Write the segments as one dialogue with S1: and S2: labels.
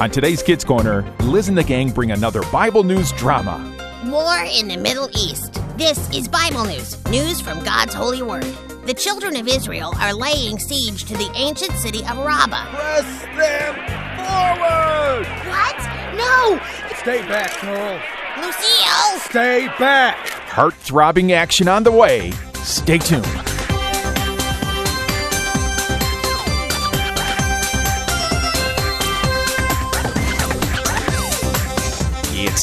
S1: On today's Kids Corner, Liz and the gang bring another Bible news drama.
S2: War in the Middle East. This is Bible news, news from God's holy word. The children of Israel are laying siege to the ancient city of Rabbah.
S3: Press them forward!
S2: What? No!
S3: Stay back, Snorl.
S2: Lucille!
S3: Stay back!
S1: Heart throbbing action on the way. Stay tuned. It's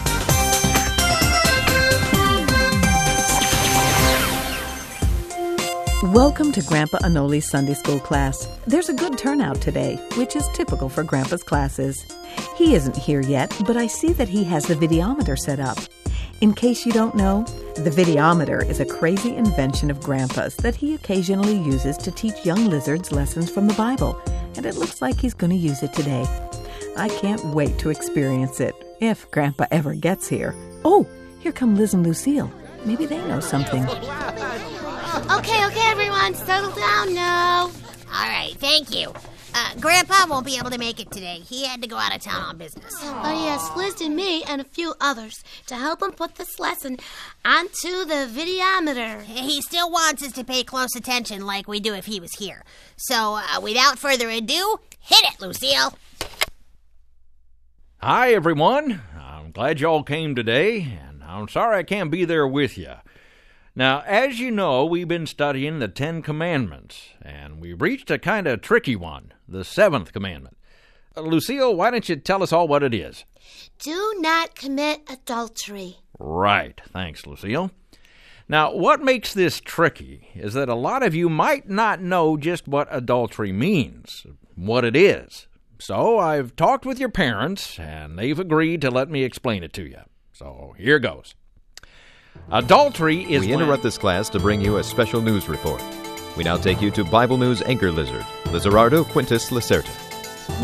S4: Welcome to Grandpa Anoli's Sunday School class. There's a good turnout today, which is typical for Grandpa's classes. He isn't here yet, but I see that he has the videometer set up. In case you don't know, the videometer is a crazy invention of Grandpa's that he occasionally uses to teach young lizards lessons from the Bible, and it looks like he's going to use it today. I can't wait to experience it, if Grandpa ever gets here. Oh, here come Liz and Lucille. Maybe they know something.
S2: Uh,
S5: Okay, okay, everyone, settle down now.
S2: All right, thank you. Uh, Grandpa won't be able to make it today. He had to go out of town on business.
S5: Oh, yes, Liz and me and a few others to help him put this lesson onto the videometer.
S2: He still wants us to pay close attention like we do if he was here. So, uh, without further ado, hit it, Lucille.
S6: Hi, everyone. I'm glad you all came today, and I'm sorry I can't be there with you. Now, as you know, we've been studying the Ten Commandments, and we reached a kind of tricky one the seventh commandment. Uh, Lucille, why don't you tell us all what it is?
S5: Do not commit adultery.
S6: Right. Thanks, Lucille. Now, what makes this tricky is that a lot of you might not know just what adultery means, what it is. So, I've talked with your parents, and they've agreed to let me explain it to you. So, here goes. Adultery is.
S7: We
S6: when-
S7: interrupt this class to bring you a special news report. We now take you to Bible News anchor lizard, Lizarardo Quintus Lacerta.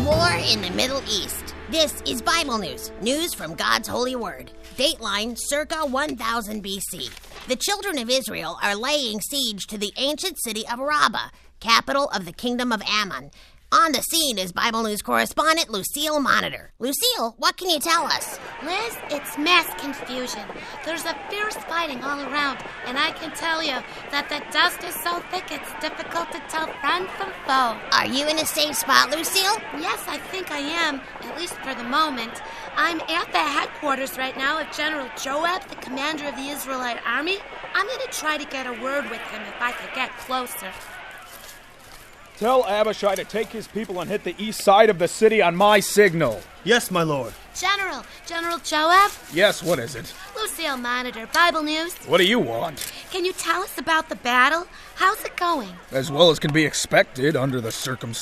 S2: War in the Middle East. This is Bible news, news from God's holy word. Dateline circa 1000 BC. The children of Israel are laying siege to the ancient city of Rabbah, capital of the kingdom of Ammon. On the scene is Bible news correspondent Lucille Monitor. Lucille, what can you tell us?
S5: Liz, it's mass confusion. There's a fierce fighting all around, and I can tell you that the dust is so thick it's difficult to tell friend from foe.
S2: Are you in a safe spot, Lucille?
S5: Yes, I think I am, at least for the moment. I'm at the headquarters right now of General Joab, the commander of the Israelite army. I'm going to try to get a word with him if I could get closer.
S3: Tell Abishai to take his people and hit the east side of the city on my signal.
S8: Yes, my lord.
S5: General, General Joab,
S3: Yes, what is it?
S5: Lucille Monitor, Bible News.
S3: What do you want?
S5: Can you tell us about the battle? How's it going?
S3: As well as can be expected under the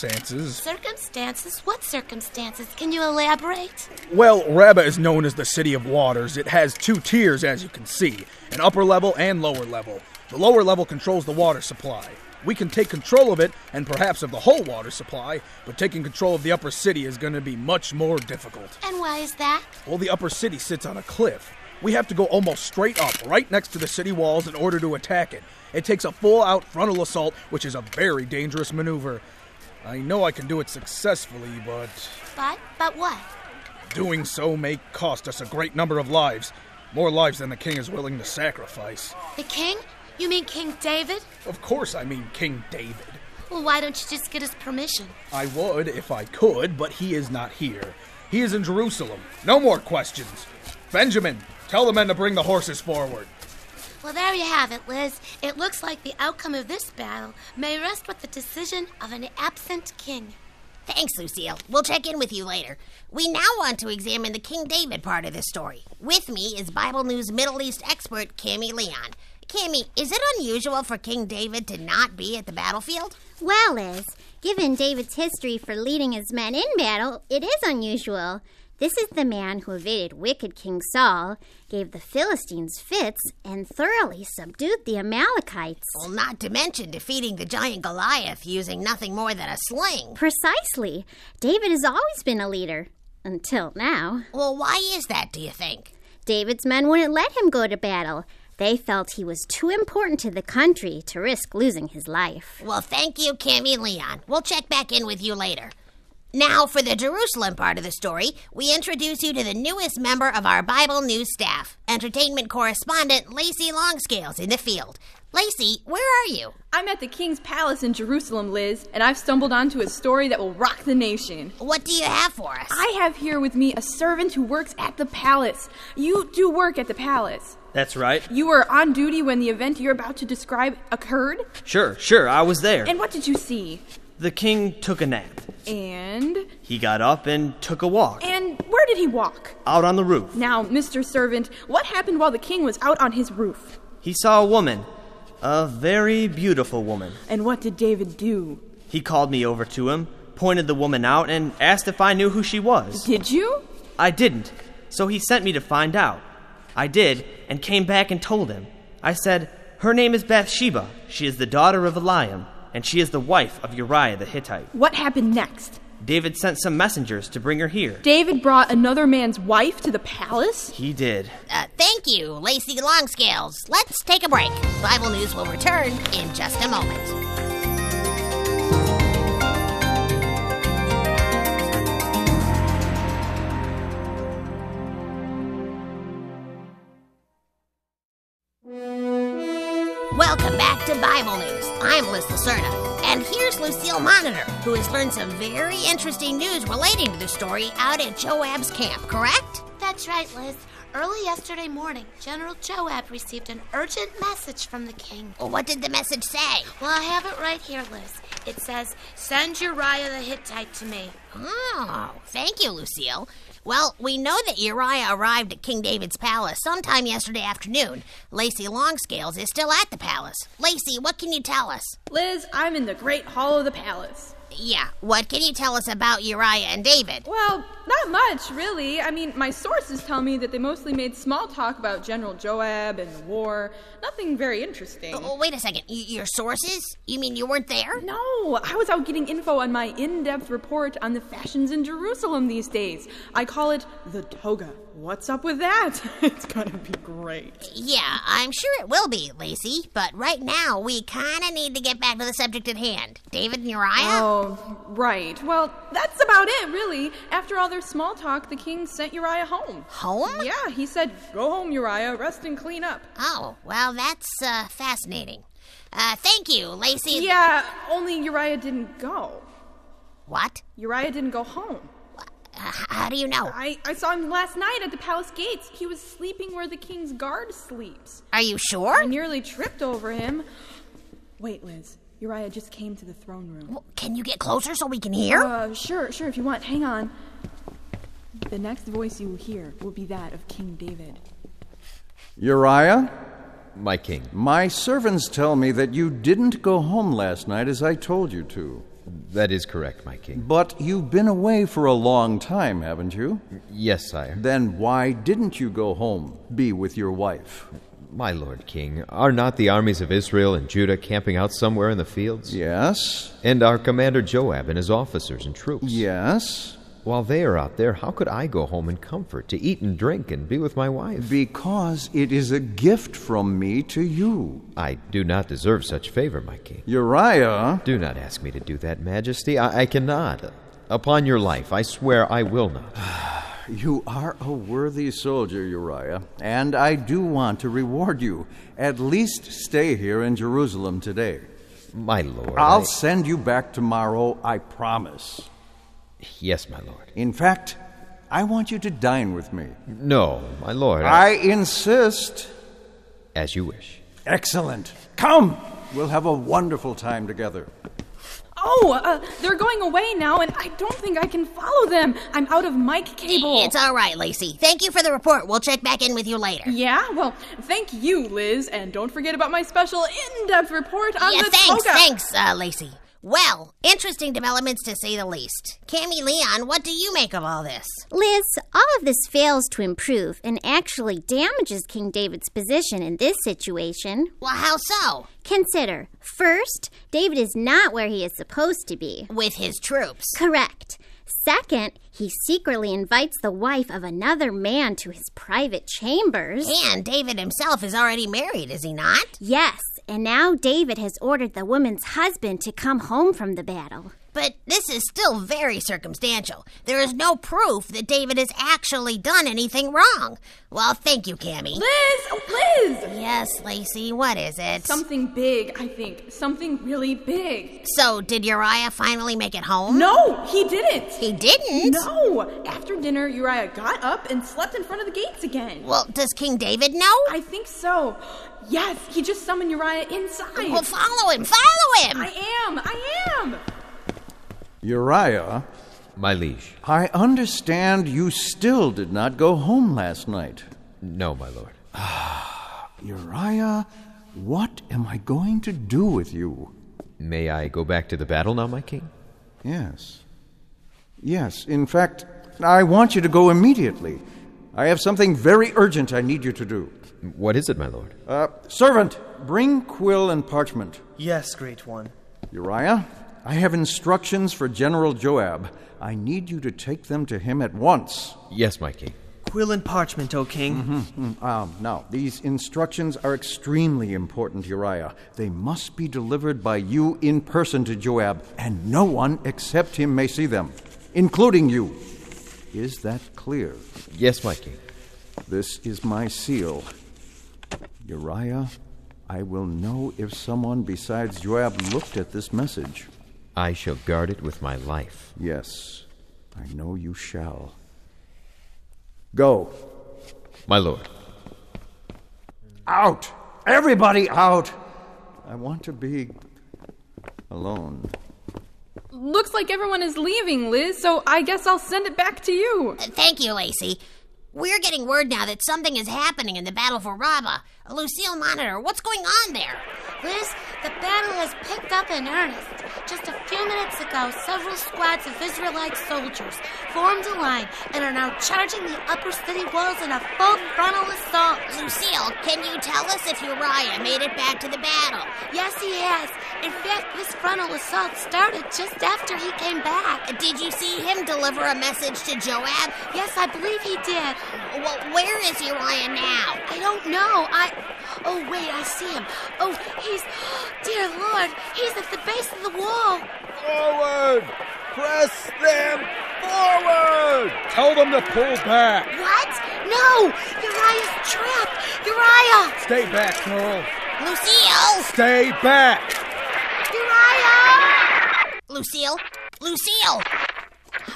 S3: circumstances.
S5: Circumstances? What circumstances? Can you elaborate?
S3: Well, Rabbah is known as the City of Waters. It has two tiers, as you can see an upper level and lower level. The lower level controls the water supply. We can take control of it, and perhaps of the whole water supply, but taking control of the upper city is going to be much more difficult.
S5: And why is that?
S3: Well, the upper city sits on a cliff. We have to go almost straight up, right next to the city walls, in order to attack it. It takes a full out frontal assault, which is a very dangerous maneuver. I know I can do it successfully, but
S5: But, but what?
S3: doing so may cost us a great number of lives. More lives than the king is willing to sacrifice.
S5: The king? You mean King David?
S3: Of course, I mean King David.
S5: Well, why don't you just get his permission?
S3: I would if I could, but he is not here. He is in Jerusalem. No more questions. Benjamin, tell the men to bring the horses forward.
S5: Well, there you have it, Liz. It looks like the outcome of this battle may rest with the decision of an absent king.
S2: Thanks, Lucille. We'll check in with you later. We now want to examine the King David part of this story. With me is Bible News Middle East expert Cami Leon. Cami, is it unusual for King David to not be at the battlefield?
S9: Well, Liz, given David's history for leading his men in battle, it is unusual.
S8: This is the man who evaded wicked King Saul, gave the Philistines fits, and thoroughly subdued the Amalekites.
S2: Well, not to mention defeating the giant Goliath using nothing more than a sling.
S8: Precisely. David has always been a leader. Until now.
S2: Well, why is that, do you think?
S8: David's men wouldn't let him go to battle. They felt he was too important to the country to risk losing his life.
S2: Well, thank you, Cammy and Leon. We'll check back in with you later. Now, for the Jerusalem part of the story, we introduce you to the newest member of our Bible news staff, entertainment correspondent Lacey Longscales in the field. Lacey, where are you?
S9: I'm at the King's Palace in Jerusalem, Liz, and I've stumbled onto a story that will rock the nation.
S2: What do you have for us?
S9: I have here with me a servant who works at the palace. You do work at the palace.
S10: That's right.
S9: You were on duty when the event you're about to describe occurred?
S10: Sure, sure, I was there.
S9: And what did you see?
S10: The king took a nap.
S9: And?
S10: He got up and took a walk.
S9: And where did he walk?
S10: Out on the roof.
S9: Now, Mr. Servant, what happened while the king was out on his roof?
S10: He saw a woman. A very beautiful woman.
S9: And what did David do?
S10: He called me over to him, pointed the woman out, and asked if I knew who she was.
S9: Did you?
S10: I didn't, so he sent me to find out. I did, and came back and told him. I said, Her name is Bathsheba. She is the daughter of Eliam, and she is the wife of Uriah the Hittite.
S9: What happened next?
S10: David sent some messengers to bring her here.
S9: David brought another man's wife to the palace?
S10: He did.
S2: Uh, thank you, Lacey Longscales. Let's take a break. Bible News will return in just a moment. Welcome back to Bible News. I'm Liz Lacerda. And here's Lucille Monitor, who has learned some very interesting news relating to the story out at Joab's camp, correct?
S5: That's right, Liz. Early yesterday morning, General Joab received an urgent message from the king.
S2: Well, what did the message say?
S5: Well, I have it right here, Liz. It says, Send Uriah the Hittite to me.
S2: Oh, thank you, Lucille. Well, we know that Uriah arrived at King David's palace sometime yesterday afternoon. Lacey Longscales is still at the palace. Lacey, what can you tell us?
S9: Liz, I'm in the great hall of the palace.
S2: Yeah, what can you tell us about Uriah and David?
S9: Well, not much, really. I mean, my sources tell me that they mostly made small talk about General Joab and the war. Nothing very interesting.
S2: Oh, wait a second. Y- your sources? You mean you weren't there?
S9: No, I was out getting info on my in depth report on the fashions in Jerusalem these days. I call it the toga. What's up with that? it's gonna be great.
S2: Yeah, I'm sure it will be, Lacey. But right now, we kinda need to get back to the subject at hand. David and Uriah?
S9: Oh, right. Well, that's about it, really. After all their small talk, the king sent Uriah home.
S2: Home?
S9: Yeah, he said, Go home, Uriah, rest and clean up.
S2: Oh, well, that's uh, fascinating. Uh, thank you, Lacey.
S9: Yeah, only Uriah didn't go.
S2: What?
S9: Uriah didn't go home.
S2: Uh, h- how do you know?
S9: I, I saw him last night at the palace gates. He was sleeping where the king's guard sleeps.
S2: Are you sure?
S9: I nearly tripped over him. Wait, Liz. Uriah just came to the throne room.
S2: Can you get closer so we can hear?
S9: Uh, sure, sure, if you want. Hang on. The next voice you will hear will be that of King David.
S11: Uriah,
S7: My king,
S11: my servants tell me that you didn't go home last night as I told you to.
S7: that is correct, my king.
S11: But you've been away for a long time, haven't you?
S7: Yes, sire.
S11: Then why didn't you go home, be with your wife?
S7: My lord king, are not the armies of Israel and Judah camping out somewhere in the fields?
S11: Yes,
S7: And our commander Joab and his officers and troops?
S11: yes.
S7: While they are out there, how could I go home in comfort to eat and drink and be with my wife?
S11: Because it is a gift from me to you.
S7: I do not deserve such favor, my king.
S11: Uriah,
S7: Do not ask me to do that, Majesty. I, I cannot. Upon your life, I swear I will not.
S11: you are a worthy soldier, Uriah, and I do want to reward you. At least stay here in Jerusalem today.
S7: My lord.
S11: I'll
S7: I-
S11: send you back tomorrow, I promise.
S7: Yes, my lord.
S11: In fact, I want you to dine with me.
S7: No, my lord.
S11: I insist.
S7: As you wish.
S11: Excellent. Come! We'll have a wonderful time together.
S9: Oh, uh, they're going away now, and I don't think I can follow them. I'm out of mic cable.
S2: It's all right, Lacey. Thank you for the report. We'll check back in with you later.
S9: yeah, well, thank you, Liz, and don't forget about my special in-depth report on
S2: yeah,
S9: the
S2: thanks,
S9: toga.
S2: thanks, uh, Lacey. Well, interesting developments to say the least. Cammy Leon, what do you make of all this?
S8: Liz, all of this fails to improve and actually damages King David's position in this situation.
S2: Well, how so?
S8: Consider first, David is not where he is supposed to be
S2: with his troops.
S8: Correct. Second, he secretly invites the wife of another man to his private chambers.
S2: And David himself is already married, is he not?
S8: Yes, and now David has ordered the woman's husband to come home from the battle.
S2: But this is still very circumstantial. There is no proof that David has actually done anything wrong. Well, thank you, Cammy.
S9: Liz! Oh, Liz!
S2: Yes, Lacey, what is it?
S9: Something big, I think. Something really big.
S2: So, did Uriah finally make it home?
S9: No, he didn't.
S2: He didn't?
S9: No. After dinner, Uriah got up and slept in front of the gates again.
S2: Well, does King David know?
S9: I think so. Yes, he just summoned Uriah inside.
S2: Well, follow him, follow him!
S9: I am, I am!
S11: Uriah,
S7: My liege.
S11: I understand you still did not go home last night. Ah,
S7: No, my lord.
S11: Uriah, what am I going to do with you?
S7: May I go back to the battle now, my king?
S11: Yes. Yes, in fact, I want you to go immediately. I have something very urgent I need you to do.
S7: What is it, my lord?
S11: Uh, servant, bring quill and parchment.
S10: Yes, great one.
S11: Uriah, I have instructions for General Joab. I need you to take them to him at once.
S7: Yes, my king.
S10: Quill and parchment, O king.
S11: Mm, Um, now, these instructions are extremely important, Uriah. They must be delivered by you in person to Joab, and no one except him may see them, including you. Is that clear?
S7: Yes, my king.
S11: This is my seal. Uriah, I will know if someone besides Joab looked at this message.
S7: I shall guard it with my life.
S11: Yes, I know you shall. Go.
S7: My lord.
S11: Out! Everybody out! I want to be alone.
S9: Looks like everyone is leaving, Liz, so I guess I'll send it back to you.
S2: Thank you, Lacey. We're getting word now that something is happening in the battle for Raba. Lucille Monitor, what's going on there?
S5: Liz, the battle has picked up in earnest. Just a few minutes ago, several squads of Israelite soldiers formed a line and are now charging the upper city walls in a full frontal assault.
S2: Lucille, can you tell us if Uriah made it back to the battle?
S5: Yes, he has. In fact, this frontal assault started just after he came back.
S2: Did you see him deliver a message to Joab?
S5: Yes, I believe he did.
S2: Well, where is Uriah now?
S5: I don't know. I. Oh, wait, I see him. Oh, he's. Dear Lord, he's at the base of the wall.
S12: Forward! Press them forward!
S3: Tell them to pull back.
S5: What? No! Uriah's trapped! Uriah!
S3: Stay back, Carl.
S2: Lucille!
S3: Stay back.
S5: Uriah!
S2: Lucille? Lucille!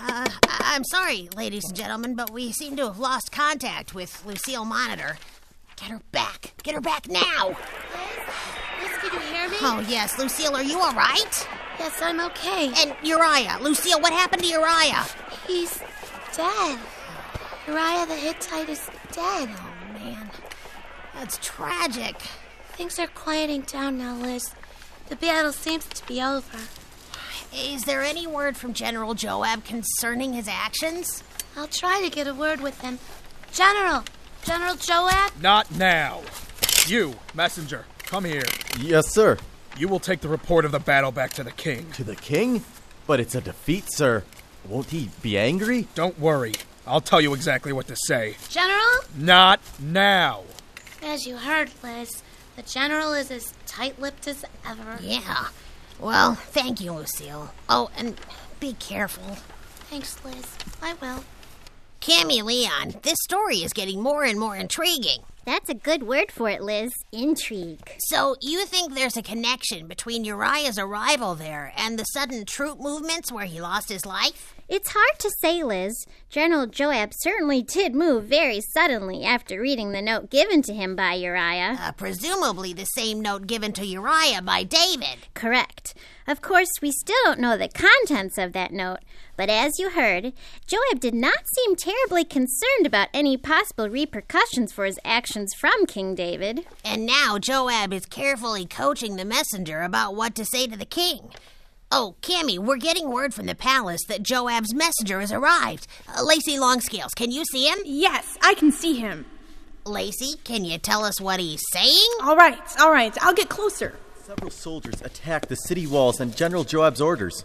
S2: Uh, I- I'm sorry, ladies and gentlemen, but we seem to have lost contact with Lucille Monitor. Get her back. Get her back now.
S5: Liz, can you hear me?
S2: Oh, yes. Lucille, are you all right?
S5: Yes, I'm okay.
S2: And Uriah. Lucille, what happened to Uriah?
S5: He's dead. Uriah the Hittite is dead.
S2: Oh, man. That's tragic.
S5: Things are quieting down now, Liz. The battle seems to be over.
S2: Is there any word from General Joab concerning his actions?
S5: I'll try to get a word with him. General! General Joab?
S3: Not now. You, messenger, come here.
S13: Yes, sir.
S3: You will take the report of the battle back to the king.
S13: To the king? But it's a defeat, sir. Won't he be angry?
S3: Don't worry. I'll tell you exactly what to say.
S5: General?
S3: Not now.
S5: As you heard, Liz, the general is as tight lipped as ever.
S2: Yeah. Well, thank you, Lucille. Oh, and be careful.
S5: Thanks, Liz. I will.
S2: Cammy Leon, this story is getting more and more intriguing.
S8: That's a good word for it, Liz. Intrigue.
S2: So, you think there's a connection between Uriah's arrival there and the sudden troop movements where he lost his life?
S8: It's hard to say, Liz. General Joab certainly did move very suddenly after reading the note given to him by Uriah.
S2: Uh, presumably the same note given to Uriah by David.
S8: Correct. Of course, we still don't know the contents of that note, but as you heard, Joab did not seem terribly concerned about any possible repercussions for his actions from King David.
S2: And now Joab is carefully coaching the messenger about what to say to the king. Oh, Cammy, we're getting word from the palace that Joab's messenger has arrived. Uh, Lacey Longscales, can you see him?
S5: Yes, I can see him.
S2: Lacey, can you tell us what he's saying?
S5: All right, all right, I'll get closer.
S13: Several soldiers attacked the city walls on General Joab's orders.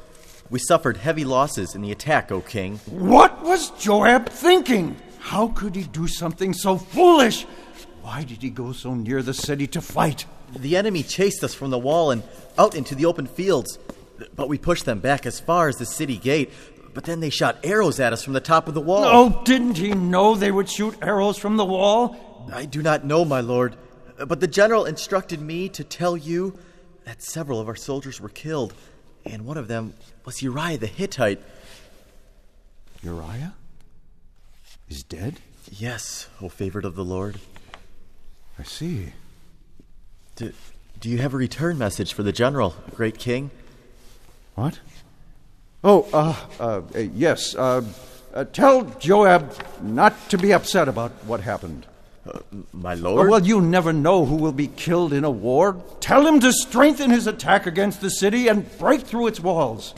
S13: We suffered heavy losses in the attack, O king.
S11: What was Joab thinking? How could he do something so foolish? Why did he go so near the city to fight?
S13: The enemy chased us from the wall and out into the open fields, but we pushed them back as far as the city gate. But then they shot arrows at us from the top of the wall.
S11: Oh, didn't he know they would shoot arrows from the wall?
S13: I do not know, my lord, but the general instructed me to tell you that several of our soldiers were killed, and one of them was Uriah the Hittite.
S11: Uriah? Is dead?
S13: Yes, O favored of the Lord.
S11: I see.
S13: Do, do you have a return message for the general, great king?
S11: What? Oh, uh, uh, uh, yes. tell Joab not to be upset about what happened.
S13: Uh, my lord?
S11: Oh, well, you never know who will be killed in a war. Tell him to strengthen his attack against the city and break through its walls.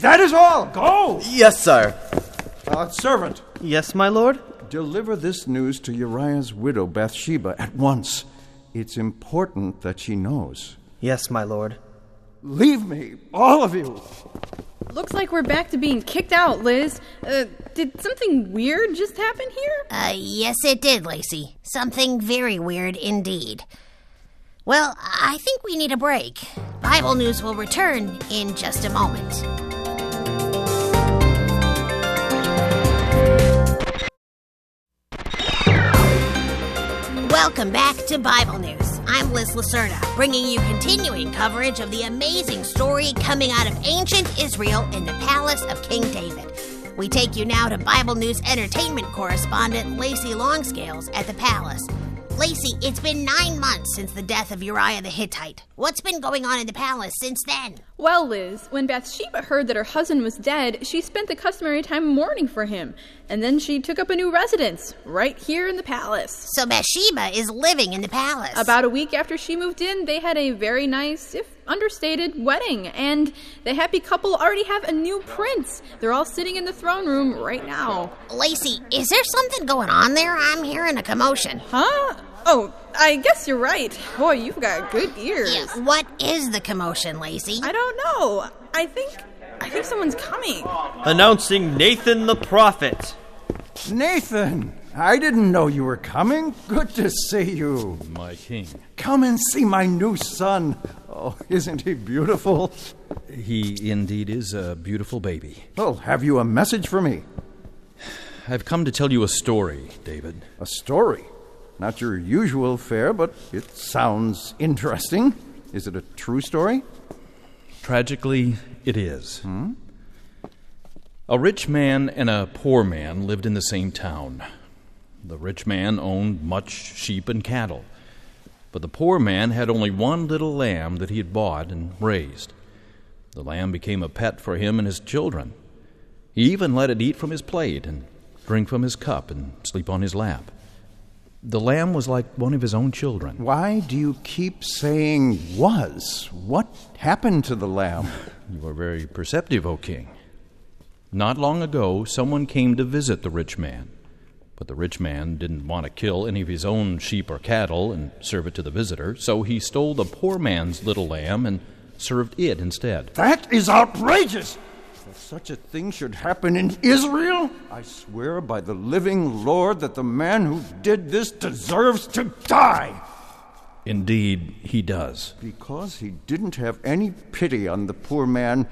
S11: That is all. Go! Uh,
S13: Yes, sir.
S11: servant.
S10: Yes, my lord?
S11: Deliver this news to Uriah's widow, Bathsheba, at once. It's important that she knows.
S10: Yes, my lord.
S11: Leave me, all of you.
S9: Looks like we're back to being kicked out, Liz. Uh, did something weird just happen here?
S2: Uh, yes, it did, Lacey. Something very weird indeed. Well, I think we need a break. Bible News will return in just a moment. Welcome back to Bible News. I'm Liz Lacerda, bringing you continuing coverage of the amazing story coming out of ancient Israel in the palace of King David. We take you now to Bible News entertainment correspondent Lacey Longscales at the palace. Lacey, it's been nine months since the death of Uriah the Hittite. What's been going on in the palace since then?
S9: Well, Liz, when Bathsheba heard that her husband was dead, she spent the customary time mourning for him, and then she took up a new residence right here in the palace.
S2: So Bathsheba is living in the palace.
S9: About a week after she moved in, they had a very nice, if understated, wedding, and the happy couple already have a new prince. They're all sitting in the throne room right now.
S2: Lacey, is there something going on there? I'm hearing a commotion.
S9: Huh? Oh, I guess you're right. Boy, you've got good ears.
S2: Yeah, what is the commotion, Lacey?
S9: I don't know. I think I think someone's coming.
S10: Announcing Nathan the prophet.
S11: Nathan, I didn't know you were coming. Good to see you.
S14: My king.
S11: Come and see my new son. Oh, isn't he beautiful?
S14: He indeed is a beautiful baby.
S11: Well, Oh, have you a message for me?
S14: I've come to tell you a story, David.
S11: A story? Not your usual fare, but it sounds interesting. Is it a true story?
S14: Tragically, it is. Hmm? A rich man and a poor man lived in the same town. The rich man owned much sheep and cattle, but the poor man had only one little lamb that he had bought and raised. The lamb became a pet for him and his children. He even let it eat from his plate and drink from his cup and sleep on his lap. The lamb was like one of his own children.
S11: Why do you keep saying was? What happened to the lamb?
S14: you are very perceptive, O king. Not long ago, someone came to visit the rich man. But the rich man didn't want to kill any of his own sheep or cattle and serve it to the visitor, so he stole the poor man's little lamb and served it instead.
S11: That is outrageous! That such a thing should happen in Israel? I swear by the living Lord that the man who did this deserves to die!
S14: Indeed, he does.
S11: Because he didn't have any pity on the poor man,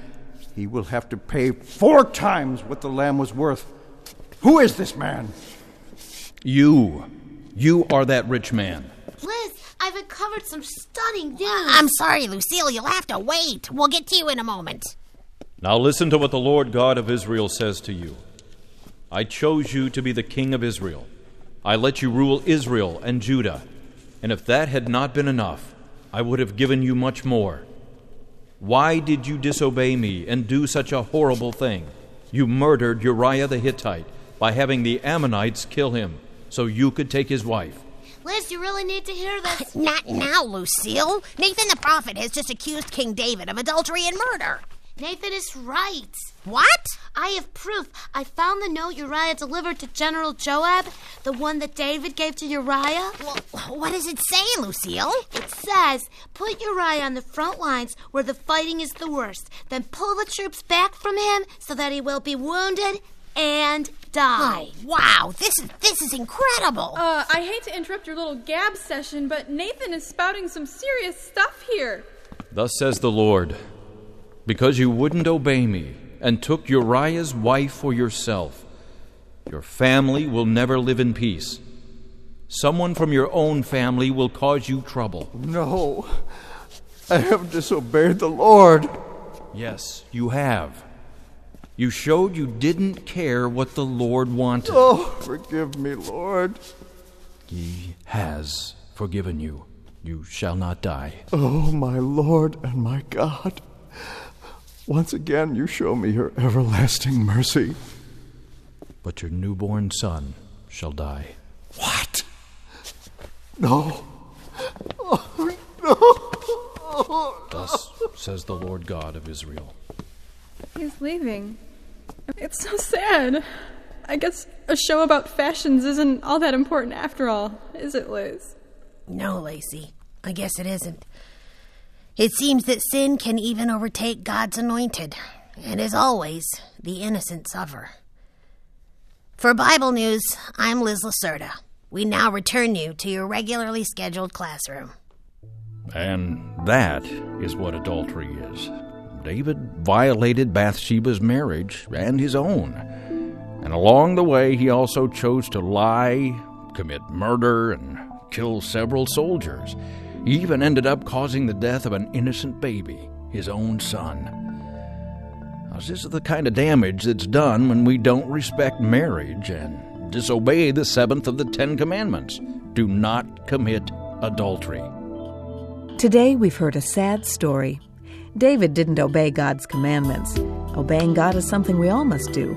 S11: he will have to pay four times what the lamb was worth. Who is this man?
S14: You. You are that rich man.
S5: Liz, I've uncovered some stunning news.
S2: I'm sorry, Lucille. You'll have to wait. We'll get to you in a moment.
S14: Now listen to what the Lord God of Israel says to you I chose you to be the king of Israel. I let you rule Israel and Judah. And if that had not been enough, I would have given you much more. Why did you disobey me and do such a horrible thing? You murdered Uriah the Hittite by having the Ammonites kill him so you could take his wife.
S5: Liz, you really need to hear this.
S2: Not now, Lucille. Nathan the prophet has just accused King David of adultery and murder.
S5: Nathan is right.
S2: What?
S5: I have proof. I found the note Uriah delivered to General Joab, the one that David gave to Uriah.
S2: Well, what does it say, Lucille?
S5: It says, put Uriah on the front lines where the fighting is the worst, then pull the troops back from him so that he will be wounded and die.
S2: Oh, wow, this is this is incredible.
S9: Uh, I hate to interrupt your little gab session, but Nathan is spouting some serious stuff here.
S14: Thus says the Lord Because you wouldn't obey me and took Uriah's wife for yourself, your family will never live in peace. Someone from your own family will cause you trouble.
S11: No, I have disobeyed the Lord.
S14: Yes, you have. You showed you didn't care what the Lord wanted.
S11: Oh, forgive me, Lord.
S14: He has forgiven you. You shall not die.
S11: Oh, my Lord and my God. Once again, you show me your everlasting mercy.
S14: But your newborn son shall die.
S11: What? No. Oh,
S14: no. Thus says the Lord God of Israel.
S9: He's leaving. It's so sad. I guess a show about fashions isn't all that important after all, is it, Liz?
S2: No, Lacey. I guess it isn't. It seems that sin can even overtake God's anointed, and as always, the innocent suffer. For Bible News, I'm Liz Lacerda. We now return you to your regularly scheduled classroom.
S6: And that is what adultery is. David violated Bathsheba's marriage and his own. And along the way, he also chose to lie, commit murder, and kill several soldiers. He even ended up causing the death of an innocent baby, his own son. Now, this is the kind of damage that's done when we don't respect marriage and disobey the seventh of the Ten Commandments do not commit adultery.
S4: Today, we've heard a sad story David didn't obey God's commandments. Obeying God is something we all must do.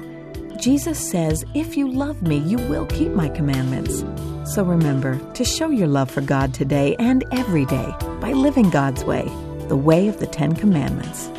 S4: Jesus says, If you love me, you will keep my commandments. So remember to show your love for God today and every day by living God's way, the way of the Ten Commandments.